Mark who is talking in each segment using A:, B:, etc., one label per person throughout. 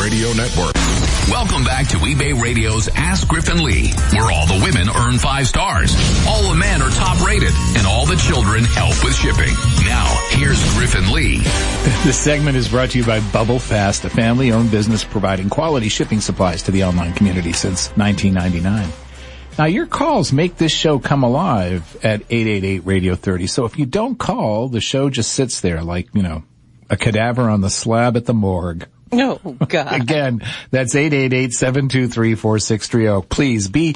A: Radio Network.
B: Welcome back to eBay Radio's Ask Griffin Lee, where all the women earn five stars, all the men are top rated, and all the children help with shipping. Now, here's Griffin Lee.
C: This segment is brought to you by Bubble Fast, a family-owned business providing quality shipping supplies to the online community since 1999. Now your calls make this show come alive at 888 Radio 30. So if you don't call, the show just sits there like, you know, a cadaver on the slab at the morgue.
D: No, Oh, God.
C: Again, that's 888-723-4630. oh. Please be,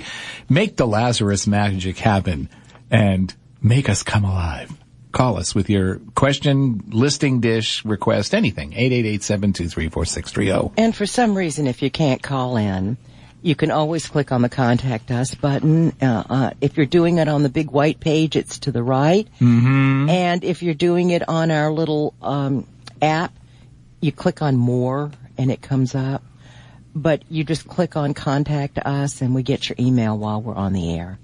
C: make the Lazarus magic happen and make us come alive. Call us with your question, listing dish, request, anything. 888-723-4630.
D: And for some reason, if you can't call in, you can always click on the contact us button. Uh, uh, if you're doing it on the big white page, it's to the right.
C: Mm-hmm.
D: And if you're doing it on our little um, app, you click on more and it comes up. But you just click on contact us and we get your email while we're on the air.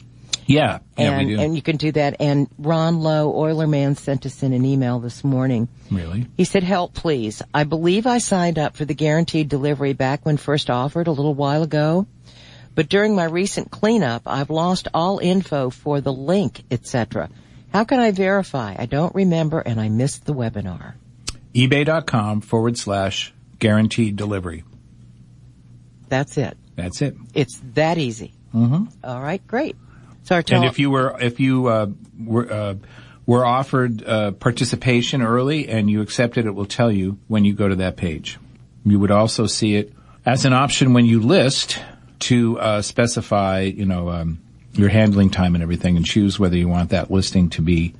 C: Yeah. yeah,
D: and,
C: we do.
D: and you can do that. And Ron Lowe, Oilerman, sent us in an email this morning.
C: really?
D: He said, help please. I believe I signed up for the guaranteed delivery back when first offered a little while ago. But during my recent cleanup, I've lost all info for the link, etc. How can I verify? I don't remember and I missed the webinar.
C: eBay.com forward slash guaranteed delivery.
D: That's it.
C: That's it.
D: It's that easy. Mm-hmm. All right, great. So our tele-
C: And if you were, if you, uh, were, uh, were offered, uh, participation early and you accepted, it will tell you when you go to that page. You would also see it as an option when you list to, uh, specify, you know, um, your handling time and everything and choose whether you want that listing to be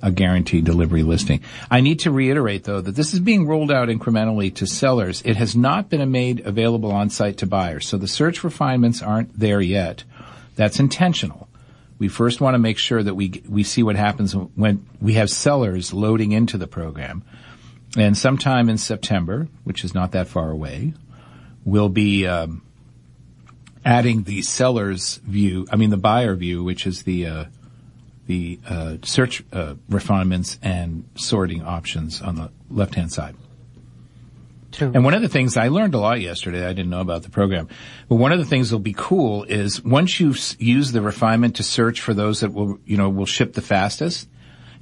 C: a guaranteed delivery listing. I need to reiterate though that this is being rolled out incrementally to sellers. It has not been made available on site to buyers. So the search refinements aren't there yet. That's intentional. We first want to make sure that we, we see what happens when we have sellers loading into the program. And sometime in September, which is not that far away, we'll be, um, adding the seller's view, I mean the buyer view, which is the, uh, the uh, search uh, refinements and sorting options on the left hand side. And one of the things I learned a lot yesterday, I didn't know about the program, but one of the things that'll be cool is once you s- use the refinement to search for those that will, you know, will ship the fastest,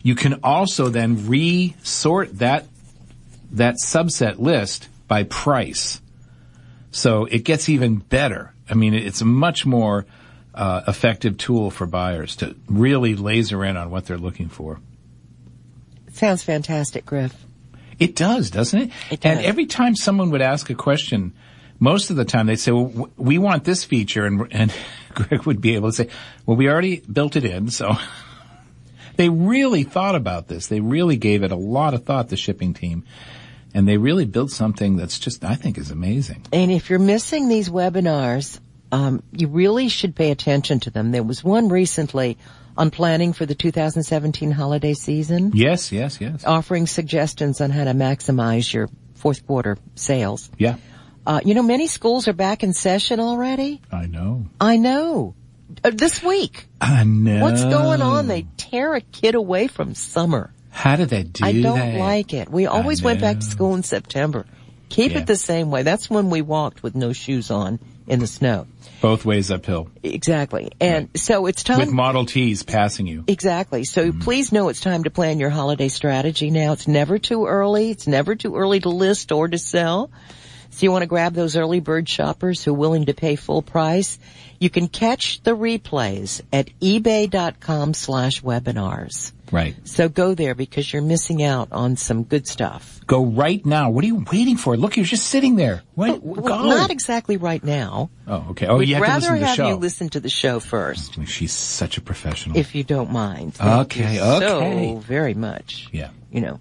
C: you can also then re-sort that, that subset list by price. So it gets even better. I mean, it's a much more uh, effective tool for buyers to really laser in on what they're looking for.
D: sounds fantastic, Griff.
C: It does, doesn't it?
D: It
C: And
D: does.
C: every time someone would ask a question, most of the time they'd say, well, w- we want this feature. And, and Greg would be able to say, well, we already built it in. So they really thought about this. They really gave it a lot of thought, the shipping team. And they really built something that's just, I think is amazing.
D: And if you're missing these webinars, um, you really should pay attention to them. There was one recently on planning for the 2017 holiday season,
C: Yes, yes, yes.
D: offering suggestions on how to maximize your fourth quarter sales.
C: Yeah,
D: Uh, you know, many schools are back in session already.
C: I know.
D: I know. Uh, this week.
C: I know.
D: What's going on? They tear a kid away from summer.
C: How did they do
D: I don't
C: that?
D: like it. We always went back to
C: know.
D: school in September. Keep
C: Yeah.
D: it the same way. That's when we walked with no shoes on in the snow.
C: Both ways uphill.
D: Exactly. And so it's time.
C: With Mm-hmm. Model Ts passing you.
D: exactly. So please know it's time to plan your holiday strategy now. It's never too early. It's never too early to list or to sell. So you want to grab those early bird shoppers who are willing to pay full price. You can catch the replays at ebay.com slash webinars.
C: Right.
D: So go there because you're missing out on some good stuff.
C: Go right now. What are you waiting for? Look, you're just sitting there. Wait,
D: Oh, Well,
C: go.
D: not exactly right now.
C: oh, okay. Oh,
D: We'd
C: you have to
D: rather
C: listen to the
D: have
C: show.
D: you listen to the show first,
C: She's such a professional.
D: if you don't mind. Thank you
C: Okay,
D: So
C: okay.
D: very much.
C: yeah.
D: you know.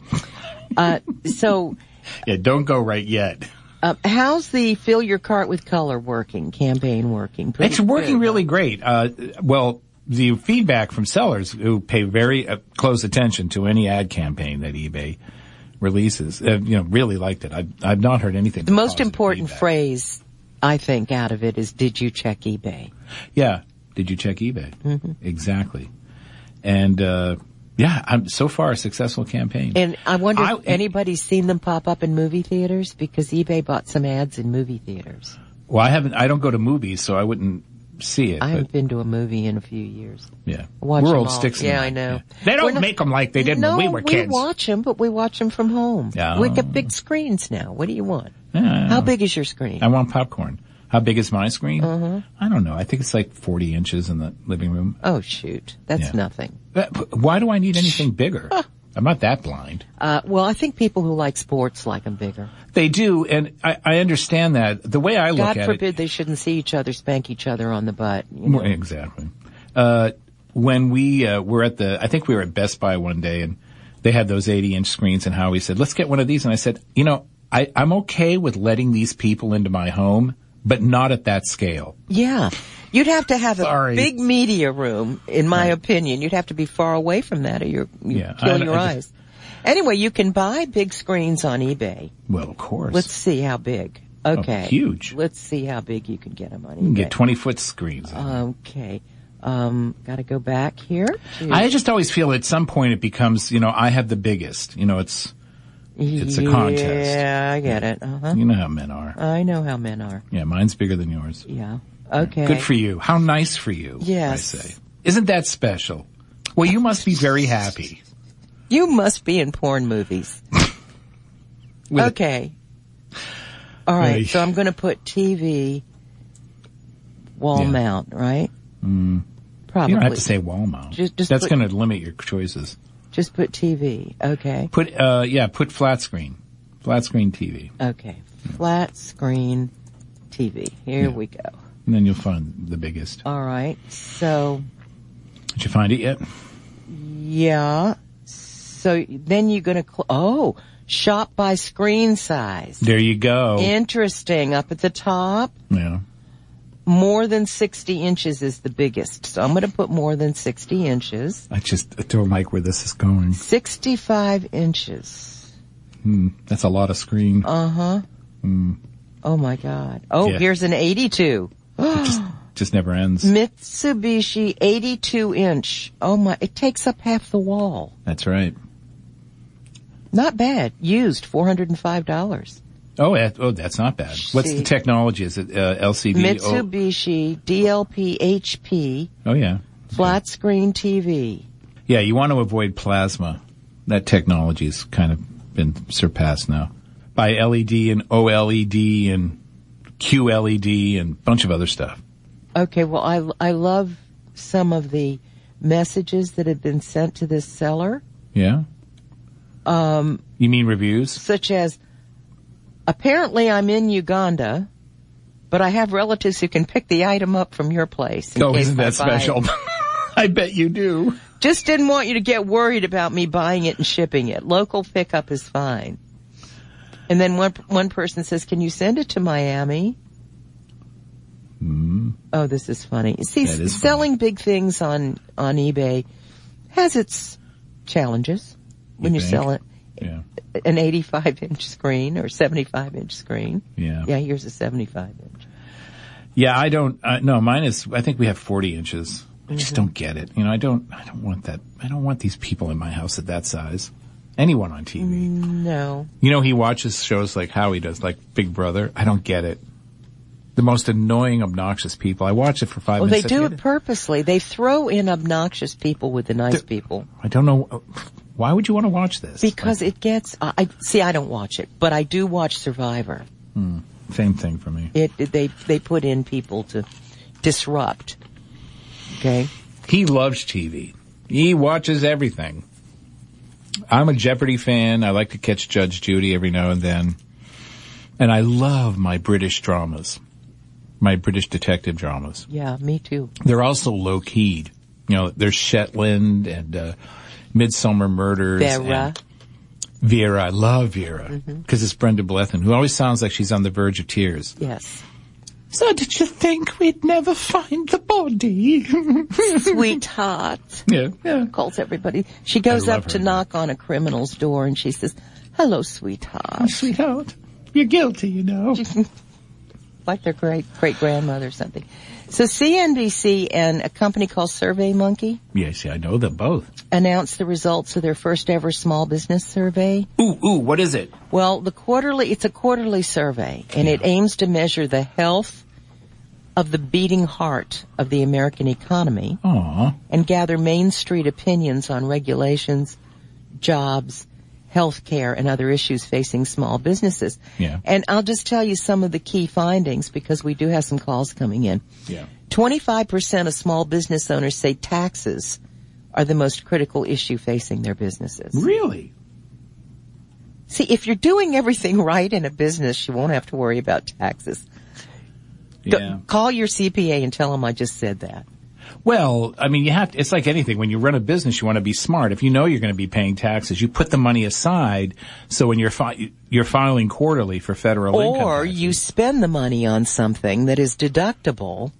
D: Uh, so,
C: Yeah, don't go right yet.
D: uh, how's the fill your cart with color working campaign working? Pretty
C: It's working
D: good.
C: really great. Uh, well, the feedback from sellers who pay very uh, close attention to any ad campaign that eBay releases, uh, you know, really liked it. I've, I've not heard anything.
D: The most important phrase I think out of it is, "Did you check eBay?" Mm-hmm.
C: Yeah. Did you check eBay? Exactly. And, uh, Yeah, I'm so far a successful campaign.
D: And I wonder
C: I-
D: if anybody's seen them pop up in movie theaters because eBay bought some ads in movie theaters.
C: well, I haven't. I don't go to movies, so I wouldn't see it.
D: I
C: but
D: haven't been to a movie in a few years.
C: yeah,
D: Watch
C: we're
D: 'em
C: old
D: all.
C: sticks.
D: Yeah,
C: now.
D: I know.
C: They
D: We're
C: don't 'em
D: not-
C: make them like they did
D: no,
C: when we were kids.
D: watch them, but we watch them from home.
C: Yeah.
D: We got big screens now. What do you want?
C: Yeah.
D: How big is your screen?
C: I want popcorn. How big is my screen?
D: Uh-huh.
C: I don't know. I think it's like 40 inches in the living room.
D: oh shoot, that's
C: Yeah.
D: nothing.
C: That- Why do I need anything bigger? I'm not that blind.
D: Uh, well, I think people who like sports like them bigger.
C: They do, and I, I understand that. The way I look
D: God
C: at it,
D: forbid they shouldn't see each other spank each other on the butt. you know.
C: Well, Exactly. Uh, when we uh, were at the, I think we were at Best Buy one day, and they had those 80 inch screens, and Howie said, "Let's get one of these." And I said, "You know, I, I'm okay with letting these people into my home, but not at that scale."
D: Yeah. You'd have to have
C: Sorry.
D: a big media room, in my opinion. You'd have to be far away from that or you're, you
C: Yeah, I-
D: kill your
C: I
D: eyes. Anyway, you can buy big screens on eBay.
C: Well, of course.
D: Let's see how big. Okay.
C: Oh, huge.
D: Let's see how big you can get them on eBay.
C: you can get 20 foot screens.
D: Oh, okay. Um, gotta go back here. to-
C: I just always feel at some point it becomes, you know, I have the biggest. You know, it's it's a contest.
D: Yeah, I get it. Uh-huh.
C: you know how men are.
D: I know how men are.
C: Yeah, mine's bigger than yours.
D: Yeah. Okay.
C: Good for you. How nice for you.
D: Yes.
C: I say. Isn't that special? Well, you must be very happy.
D: You must be in porn movies.
C: With a
D: okay. All right.
C: Hey.
D: So I'm going to put TV wall
C: Yeah. Mm.
D: mount, right? Probably.
C: You don't have to say wall mount.
D: Just- just
C: That's
D: put-
C: going to limit your choices.
D: Just put TV. Okay.
C: Put, uh, yeah, put flat screen. Flat screen TV.
D: Okay. Flat screen TV. Here we go.
C: And then you'll find the biggest.
D: All right. So
C: Did you find it yet?
D: yeah. So then you're going to cl- oh shop by screen size.
C: There you go.
D: Interesting. Up at the top.
C: yeah.
D: More than 60 inches is the biggest. So I'm going to put more than 60 inches.
C: I just don't like where this is going.
D: 65 inches. Uh-huh.
C: That's a lot of screen.
D: Oh my God. Oh,
C: Hmm. Yeah.
D: here's an 82.
C: just never ends.
D: Mitsubishi 82 inch. Oh my, it takes up half the wall.
C: That's right.
D: Not bad. Used $405.
C: Oh, eh, oh, that's not bad. What's the
D: See.
C: technology? Is it uh, LCD? Oh,
D: Mitsubishi DLP HP
C: oh, yeah.
D: flat screen TV.
C: Yeah, you want to avoid plasma. That technology's kind of been surpassed now by LED and OLED and QLED and a bunch of other stuff.
D: Okay, well I, I love some of the messages that have been sent to this seller,
C: Yeah. Um,
D: Um,
C: you mean reviews?
D: such as, apparently I'm in Uganda. But I have relatives who can pick the item up from your place. in
C: Oh,
D: case
C: isn't
D: I
C: that
D: buy it."
C: special? I bet you do.
D: Just didn't want you to get worried about me buying it and shipping it. Local pickup is fine. And then one one person says, "Can you send it to Miami?" Oh, this is funny. See,
C: Hmm. That is
D: selling big things on on eBay has its challenges when you
C: think?
D: sell it
C: Yeah.
D: an 85 inch screen or 75 inch screen.
C: Yeah.
D: Yeah, here's a 75 inch.
C: Yeah, I don't. Uh, no, mine is. I think we have forty inches. I
D: Mm-hmm.
C: just don't get it. You know, I don't. I don't want that. I don't want these people in my house at that size. Anyone on
D: Mm-hmm.
C: TV.
D: No.
C: You know, he watches shows like Howie does, like Big Brother. I don't get it. The most annoying, obnoxious people. I watch it for five
D: Well, they
C: minutes. I
D: do
C: get
D: it purposely. They throw in obnoxious people with the nice people.
C: I don't know. Why would you want to watch this?
D: Because it gets, I I- see. I don't watch it, but I do watch Survivor.
C: Like, same thing for me.
D: It it- they they put in people to disrupt. Okay,
C: He loves TV. He watches everything. I'm a Jeopardy fan. I like to catch Judge Judy every now and then. And I love my British dramas. My British detective dramas.
D: yeah, me too.
C: They're also low keyed. You know, there's Shetland and uh, Midsummer Murders.
D: Vera,
C: and Vera. I love Vera. Because it's Brenda Blethyn, who always sounds like she's on the verge of tears.
D: yes,
C: So did you think we'd never find the body?
D: sweetheart
C: yeah, yeah.
D: calls everybody. She goes
C: love
D: up
C: her.
D: to knock on a criminal's door and she says, "Hello, sweetheart."
C: Sweetheart, you're Oh, guilty, you know.
D: like their great great grandmother or something. So CNBC and a company called SurveyMonkey
C: Yes, I know them both.
D: announced the results of their first ever small business survey.
C: Ooh, ooh, what is it?
D: Well, the quarterly, it's a quarterly survey and it aims to measure the health of the beating heart of the American economy
C: Aw.
D: and gather Main Street opinions on regulations, jobs, healthcare, and other issues facing small businesses.
C: Yeah.
D: And I'll just tell you some of the key findings because we do have some calls coming in.
C: Yeah.
D: 25% of small business owners say taxes are the most critical issue facing their businesses.
C: Really?
D: See, if you're doing everything right in a business, you won't have to worry about taxes. Go-
C: Yeah.
D: Call your CPA and tell them I just said that.
C: Well, I mean, you have to, it's like anything. When you run a business, you want to be smart. If you know you're going to be paying taxes, you put the money aside. So when you're fi- you're filing quarterly for federal income,
D: or
C: tax-
D: you spend the money on something that is deductible.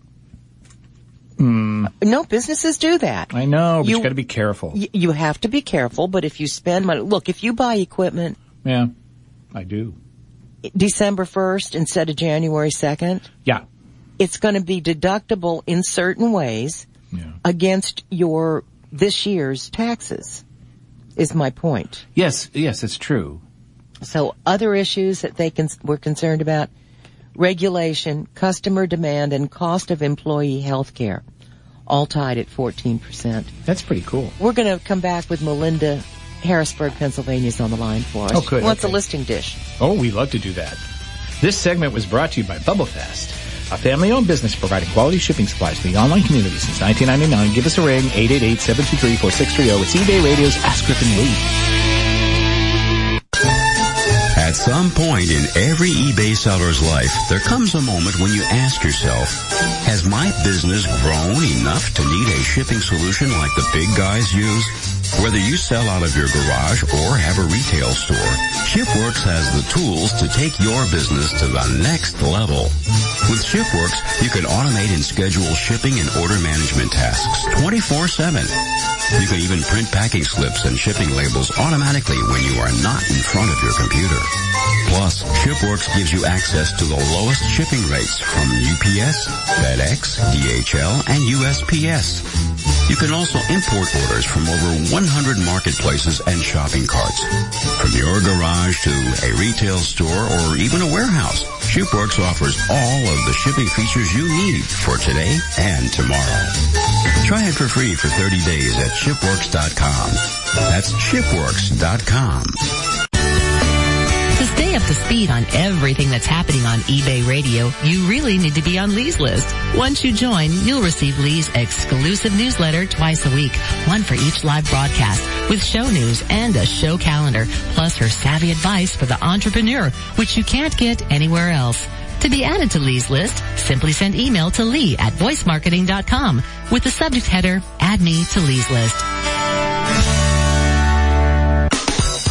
D: No, businesses do that.
C: Hmm. I know, but you,
D: you-
C: got to be careful.
D: Y- you have to be careful, but if you spend money, look, if you buy equipment
C: yeah, I do.
D: December 1st instead of January 2nd,
C: Yeah,
D: it's going to be deductible in certain ways
C: yeah.
D: against your this year's taxes is my point.
C: Yes, yes, it's true.
D: So other issues that they can, we're concerned about, regulation, customer demand, and cost of employee health care, all tied at 14%.
C: That's pretty cool.
D: We're going to come back with Melinda Harrisburg, Pennsylvania's on the line for us.
C: Oh, good.
D: What's
C: Okay.
D: a listing dish?
C: Oh, we love to do that. This segment was brought to you by BubbleFest, a family-owned business providing quality shipping supplies to the online community since 1999. Give us a ring, 888-723-4630. It's eBay Radio's Ask Griffin Lee.
A: At some point in every eBay seller's life, there comes a moment when you ask yourself, has my business grown enough to need a shipping solution like the big guys use? Whether you sell out of your garage or have a retail store, ShipWorks has the tools to take your business to the next level. With ShipWorks, you can automate and schedule shipping and order management tasks 24-7. You can even print packing slips and shipping labels automatically when you are not in front of your computer. Plus, ShipWorks gives you access to the lowest shipping rates from UPS, FedEx, DHL, and USPS. You can also import orders from over 100 marketplaces and shopping carts. From your garage to a retail store or even a warehouse, ShipWorks offers all of the shipping features you need for today and tomorrow. Try it for free for 30 days at shipworks.com. That's shipworks.com.
E: To stay up to speed on everything that's happening on eBay Radio, you really need to be on Lee's list. Once you join, you'll receive Lee's exclusive newsletter twice a week, one for each live broadcast, with show news and a show calendar, plus her savvy advice for the entrepreneur, which you can't get anywhere else. To be added to Lee's list, simply send email to Lee at voicemarketing.com with the subject header, add me to Lee's list.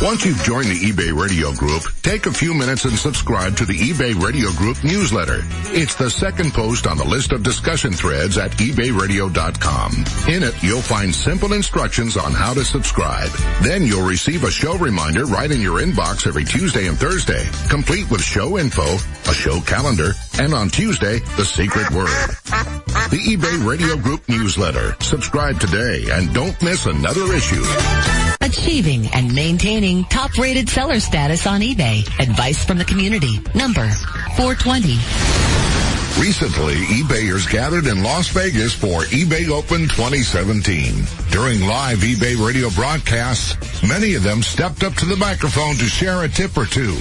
F: Once you've joined the eBay Radio Group, take a few minutes and subscribe to the eBay Radio Group newsletter. It's the second post on the list of discussion threads at ebayradio.com. In it, you'll find simple instructions on how to subscribe. Then you'll receive a show reminder right in your inbox every Tuesday and Thursday, complete with show info, a show calendar, and on Tuesday, the secret word. The eBay Radio Group newsletter. Subscribe today and don't miss another issue.
E: Achieving and maintaining top rated seller status on eBay. Advice from the community. Number 420.
F: Recently, eBayers gathered in Las Vegas for eBay Open 2017. During live eBay radio broadcasts, many of them stepped up to the microphone to share a tip or two.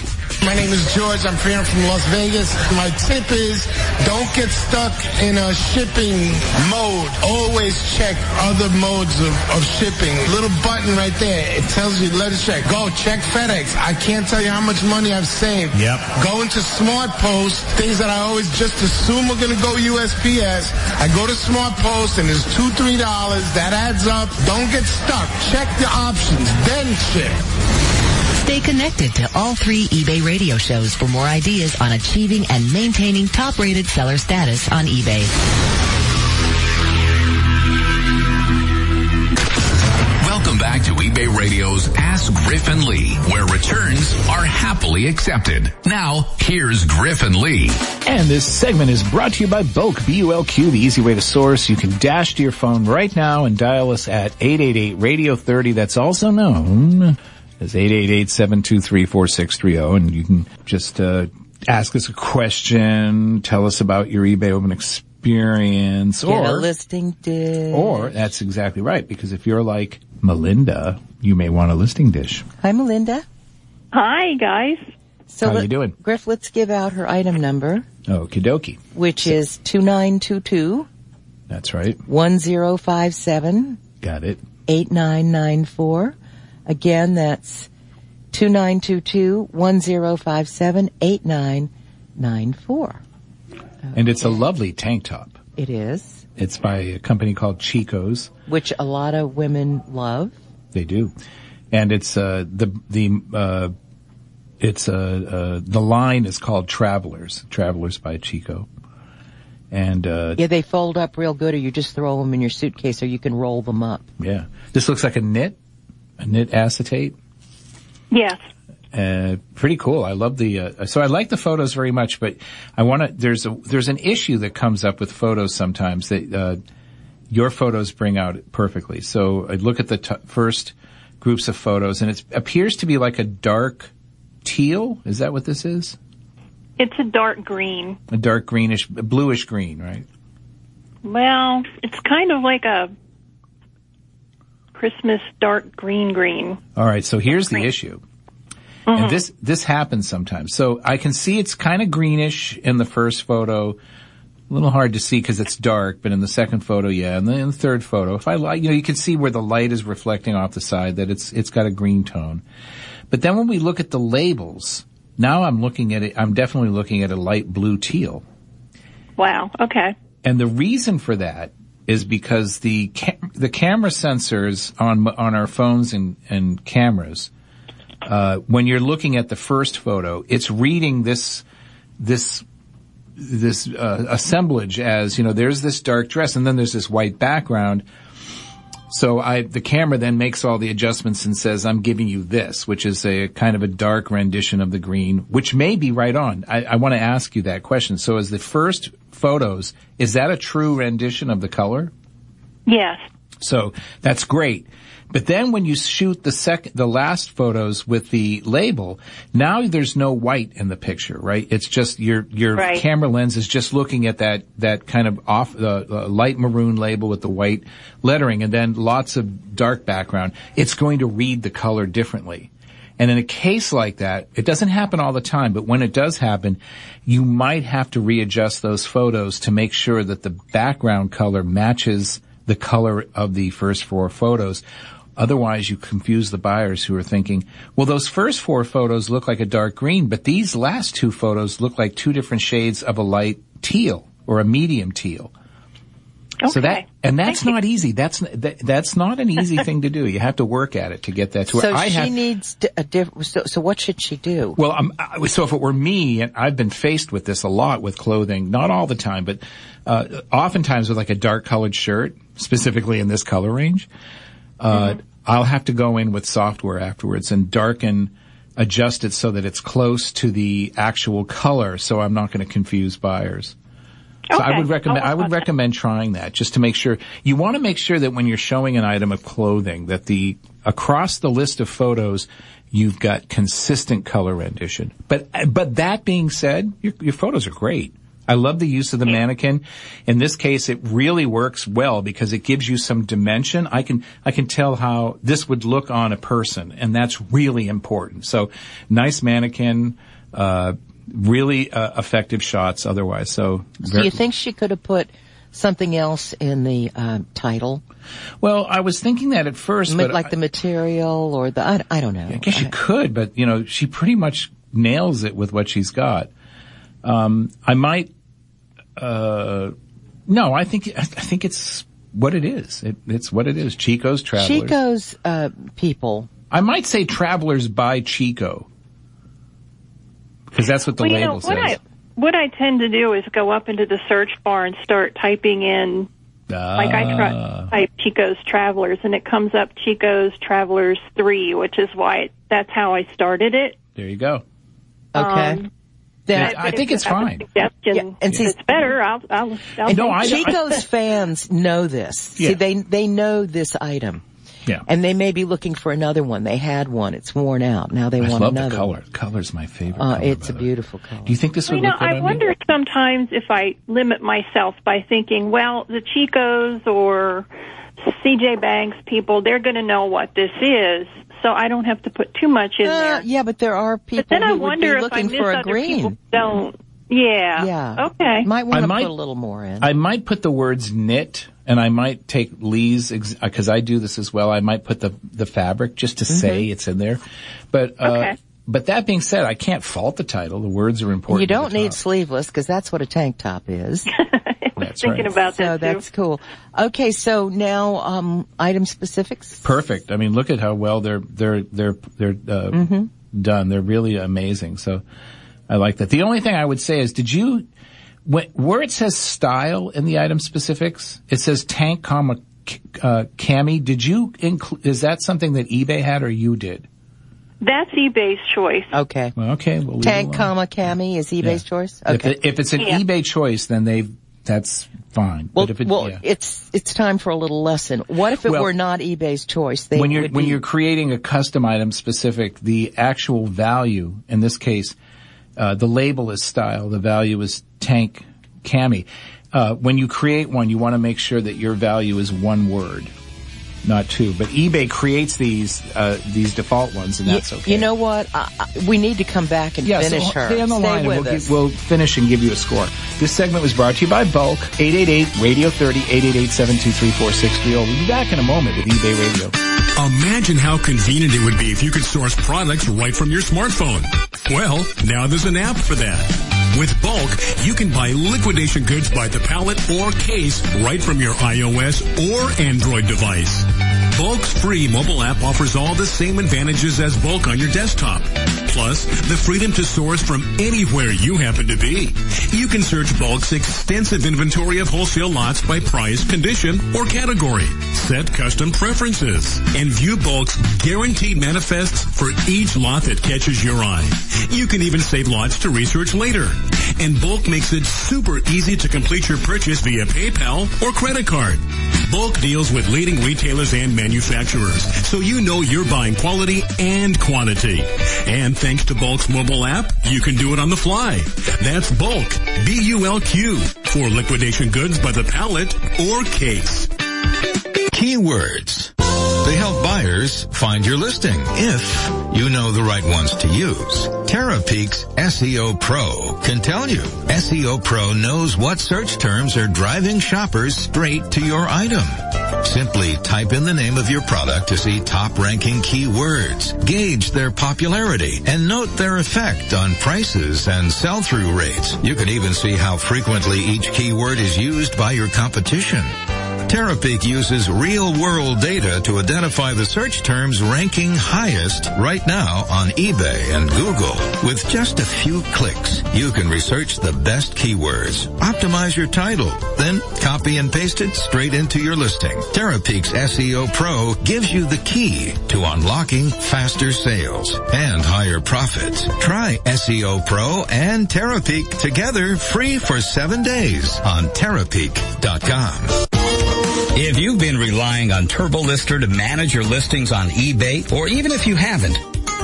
G: My name is George. I'm here from Las Vegas. My tip is don't get stuck in a shipping mode. Always check other modes of, of shipping. Little button right there. It tells you, let us check. Go check FedEx. I can't tell you how much money I've saved.
H: Yep.
G: Go into Smart Post. Things that I always just assume are going to go USPS. I go to Smart Post and it's two, three dollars. That adds up. Don't get stuck. Check the options. Then ship.
E: Stay connected to all three eBay radio shows for more ideas on achieving and maintaining top rated seller status on eBay.
B: Welcome back to eBay eBay Radio's Ask Griffin Lee, where returns are happily accepted. Now, here's Griffin Lee.
C: And this segment is brought to you by Bulk, B-U-L-Q, the easy way to source. You can dash to your phone right now and dial us at 888-Radio-30. That's also known as 888-723-4630. oh. And you can just, uh, ask us a question, tell us about your eBay open experience,
D: Get a
C: or,
D: listing dish.
C: or that's exactly right. Because if you're like Melinda, you may want a listing dish.
D: Hi, Melinda.
H: Hi, guys.
D: So
C: How
D: let-
C: you doing?
D: Griff, let's give out her item number,
C: Okie dokie.
D: which is 2922
C: That's right.
D: 1057
C: Got it.
D: 8994. Again, that's 2922 1057 8994.
C: And it's a lovely tank top.
D: It is,
C: It's by a company called Chico's.
D: which a lot of women love.
C: They do, and it's uh, the the uh, it's uh, uh, the line is called Travelers. Travelers by Chico, and uh,
D: Yeah, they fold up real good or you just throw them in your suitcase or you can roll them up.
C: yeah, this looks like a knit, a knit acetate.
H: Yes.
C: Uh, pretty cool. I love the, uh, so I like the photos very much, but I want to, there's a, there's an issue that comes up with photos sometimes that, uh, your photos bring out perfectly. So I look at the t- first groups of photos and it appears to be like a dark teal. Is that what this is?
H: It's a dark green.
C: A dark greenish, bluish green, right?
H: Well, it's kind of like a Christmas dark green green.
C: All right. So here's the issue. And this, this happens sometimes. So I can see it's kind of greenish in the first photo. A little hard to see because it's dark, but in the second photo, yeah. And then in the third photo, if I like, you know, you can see where the light is reflecting off the side that it's, it's got a green tone. But then when we look at the labels, now I'm looking at it, I'm definitely looking at a light blue teal.
H: Wow. Okay.
C: And the reason for that is because the cam- the camera sensors on on our phones and and cameras, uh, when you're looking at the first photo, it's reading this this this uh, assemblage as you know. There's this dark dress, and then there's this white background. So I, the camera then makes all the adjustments and says, I'm giving you this, which is a kind of a dark rendition of the green, which may be right on. I, I want to ask you that question. So as the first photos, is that a true rendition of the color?
H: Yes.
C: So that's great. But then when you shoot the second, the last photos with the label, now there's no white in the picture, right? It's just your, your
H: Right.
C: camera lens is just looking at that, that kind of off, the uh, light maroon label with the white lettering and then lots of dark background. It's going to read the color differently. And in a case like that, it doesn't happen all the time, but when it does happen, you might have to readjust those photos to make sure that the background color matches the color of the first four photos. Otherwise, you confuse the buyers who are thinking, well, those first four photos look like a dark green, but these last two photos look like two different shades of a light teal or a medium teal.
H: Okay.
C: So that, and that's
H: Thank
C: not easy. That's, n- that, that's not an easy thing to do. You have to work at it to get that to where
D: so
C: I
D: she
C: have,
D: needs d- a different, so, so what should she do?
C: well, um, I, so if it were me, and I've been faced with this a lot with clothing, not all the time, but uh, oftentimes with like a dark colored shirt, specifically in this color range, uh,
H: Mm-hmm.
C: I'll have to go in with software afterwards and darken, adjust it so that it's close to the actual color, so I'm not going to confuse buyers. So I
H: Okay.
C: would recommend
H: I'll
C: I would
H: watch that.
C: recommend trying that just to make sure you want to make sure that when you're showing an item of clothing that the across the list of photos you've got consistent color rendition. But but that being said, your, your photos are great. I love the use of the mannequin. In this case, it really works well because it gives you some dimension. I can, I can tell how this would look on a person and that's really important. So nice mannequin, uh, really uh, effective shots otherwise. So,
D: Do
C: very-
D: you think she could have put something else in the um, title?
C: well, I was thinking that at first,
D: Ma-
C: but
D: like
C: I,
D: the material or the, I, I don't know.
C: I guess you could, but you know, she pretty much nails it with what she's got. Um, I might, uh, no, I think, I think it's what it is. It, it's what it is. Chico's Travelers.
D: Chico's uh, people.
C: I might say Travelers by Chico. Because that's what the
H: well, you
C: label
H: know what
C: says.
H: I what I tend to do is go up into the search bar and start typing in Like I
C: Ah.
H: try type Chico's Travelers, and it comes up Chico's Travelers Three, which is why it, that's how I started it.
C: There you go.
D: Okay.
H: Um,
D: Then-
H: but
C: I
H: if
C: think
H: you
C: it's
H: have a
C: fine.
H: Suggestion,
D: Yeah, and
H: if
D: see-
H: it's better. I'll. I'll, I'll
C: No, I-
D: Chico's fans know this.
C: Yeah.
D: See, they they know this item,
C: Yeah.
D: and they may be looking for another one. They had one; it's worn out. Now they
C: I
D: want
C: love
D: another.
C: the color. Color's my favorite.
D: Uh,
C: color,
D: it's
C: by
D: a
C: the way.
D: beautiful color.
C: Do you think this would
H: You know,
C: look good
H: I
C: on
H: wonder sometimes if I limit myself by thinking, well, the Chicos or CJ Banks people, they're going to know what this is, so I don't have to put too much in
D: Uh,
H: there.
D: yeah, but there are people
H: but then
D: who
H: I
D: would
H: wonder
D: be
H: if I
D: looking
H: miss
D: for a
H: other
D: green.
H: people who don't. Yeah.
D: Yeah.
H: Okay.
D: Might want to
C: might-
D: put a little more in.
C: I might put the words knit and I might take Lee's, ex- uh, cause I do this as well. I might put the, the fabric just to
D: Mm-hmm.
C: say it's in there. But, uh,
H: Okay.
C: but that being said, I can't fault the title. The words are important.
D: you
C: to
D: don't
C: the
D: need
C: top.
D: sleeveless because that's what a tank top is.
C: That's
H: Thinking
C: right.
H: about
D: so
H: that too.
D: that's cool. Okay, so now um, item specifics.
C: Perfect. I mean, look at how well they're, they're, they're, they're, uh,
D: Mm-hmm.
C: done. They're really amazing. So I like that. The only thing I would say is, did you, when, where it says style in the item specifics, it says tank, comma, c- uh, cami. Did you include, is that something that eBay had or you did?
H: That's eBay's choice.
D: Okay.
C: Well, okay. Well, leave it
D: tank,
C: alone.
D: comma, cami is eBay's
C: Yeah.
D: choice.
C: If,
D: Okay.
C: it, if it's an
H: Yeah.
C: eBay choice, then they've that's fine.
D: well,
C: but if it,
D: well
C: yeah.
D: it's it's time for a little lesson. What if it
C: Well,
D: were not eBay's choice? They
C: when you're
D: would
C: when
D: be-
C: you're creating a custom item specific, the actual value in this case, uh, the label is style, the value is tank cami. Uh, when you create one, you want to make sure that your value is one word, not two. But eBay creates these uh, these default ones, and
D: Y-
C: that's okay.
D: You know what? I, I, we need to come back and
C: Yeah,
D: finish
C: so
D: her.
C: Stay on the
D: Stay
C: line and
D: with
C: we'll, gi-
D: us.
C: we'll finish and give you a score. This segment was brought to you by Bulk, 888-Radio-30, 888-723-4630. oh. We'll be back in a moment with eBay Radio.
I: Imagine how convenient it would be if you could source products right from your smartphone. Well, now there's an app for that. With Bulk, you can buy liquidation goods by the pallet or case right from your iOS or Android device. Bulk's free mobile app offers all the same advantages as Bulk on your desktop. Plus, the freedom to source from anywhere you happen to be. You can search Bulk's extensive inventory of wholesale lots by price, condition, or category. Set custom preferences and view Bulk's guaranteed manifests for each lot that catches your eye. You can even save lots to research later. And Bulk makes it super easy to complete your purchase via PayPal or credit card. Bulk deals with leading retailers and manufacturers, so you know you're buying quality and quantity. And thanks to Bulk's mobile app, you can do it on the fly. That's Bulk, B-U-L-Q, for liquidation goods by the pallet or case.
J: Keywords. They help buyers find your listing if you know the right ones to use. TerraPeak's SEO E Pro can tell you. SEO Pro knows what search terms are driving shoppers straight to your item. Simply type in the name of your product to see top ranking keywords, gauge their popularity, and note their effect on prices and sell through rates. You can even see how frequently each keyword is used by your competition. TerraPeak uses real-world data to identify the search terms ranking highest right now on eBay and Google. With just a few clicks, you can research the best keywords, optimize your title, then copy and paste it straight into your listing. TerraPeak's SEO Pro gives you the key to unlocking faster sales and higher profits. Try SEO Pro and TerraPeak together free for seven days on TerraPeak.com.
K: If you've been relying on TurboLister to manage your listings on eBay, or even if you haven't,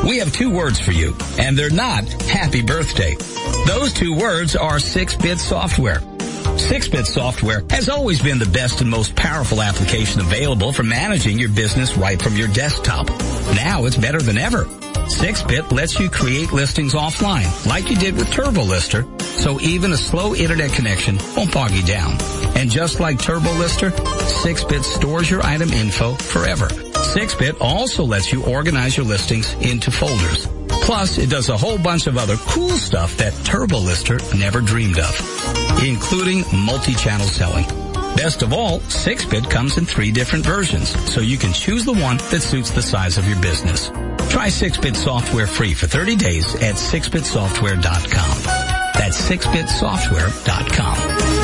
K: we have two words for you, and they're not happy birthday. Those two words are 6-bit software. 6-bit software has always been the best and most powerful application available for managing your business right from your desktop. Now it's better than ever. 6-bit lets you create listings offline, like you did with TurboLister, so even a slow internet connection won't bog you down. And just like TurboLister, 6-bit stores your item info forever. 6-bit also lets you organize your listings into folders. Plus, it does a whole bunch of other cool stuff that TurboLister never dreamed of, including multi-channel selling. Best of all, 6-bit comes in three different versions, so you can choose the one that suits the size of your business. Try 6-bit software free for 30 days at 6bitsoftware.com. That's 6bitsoftware.com.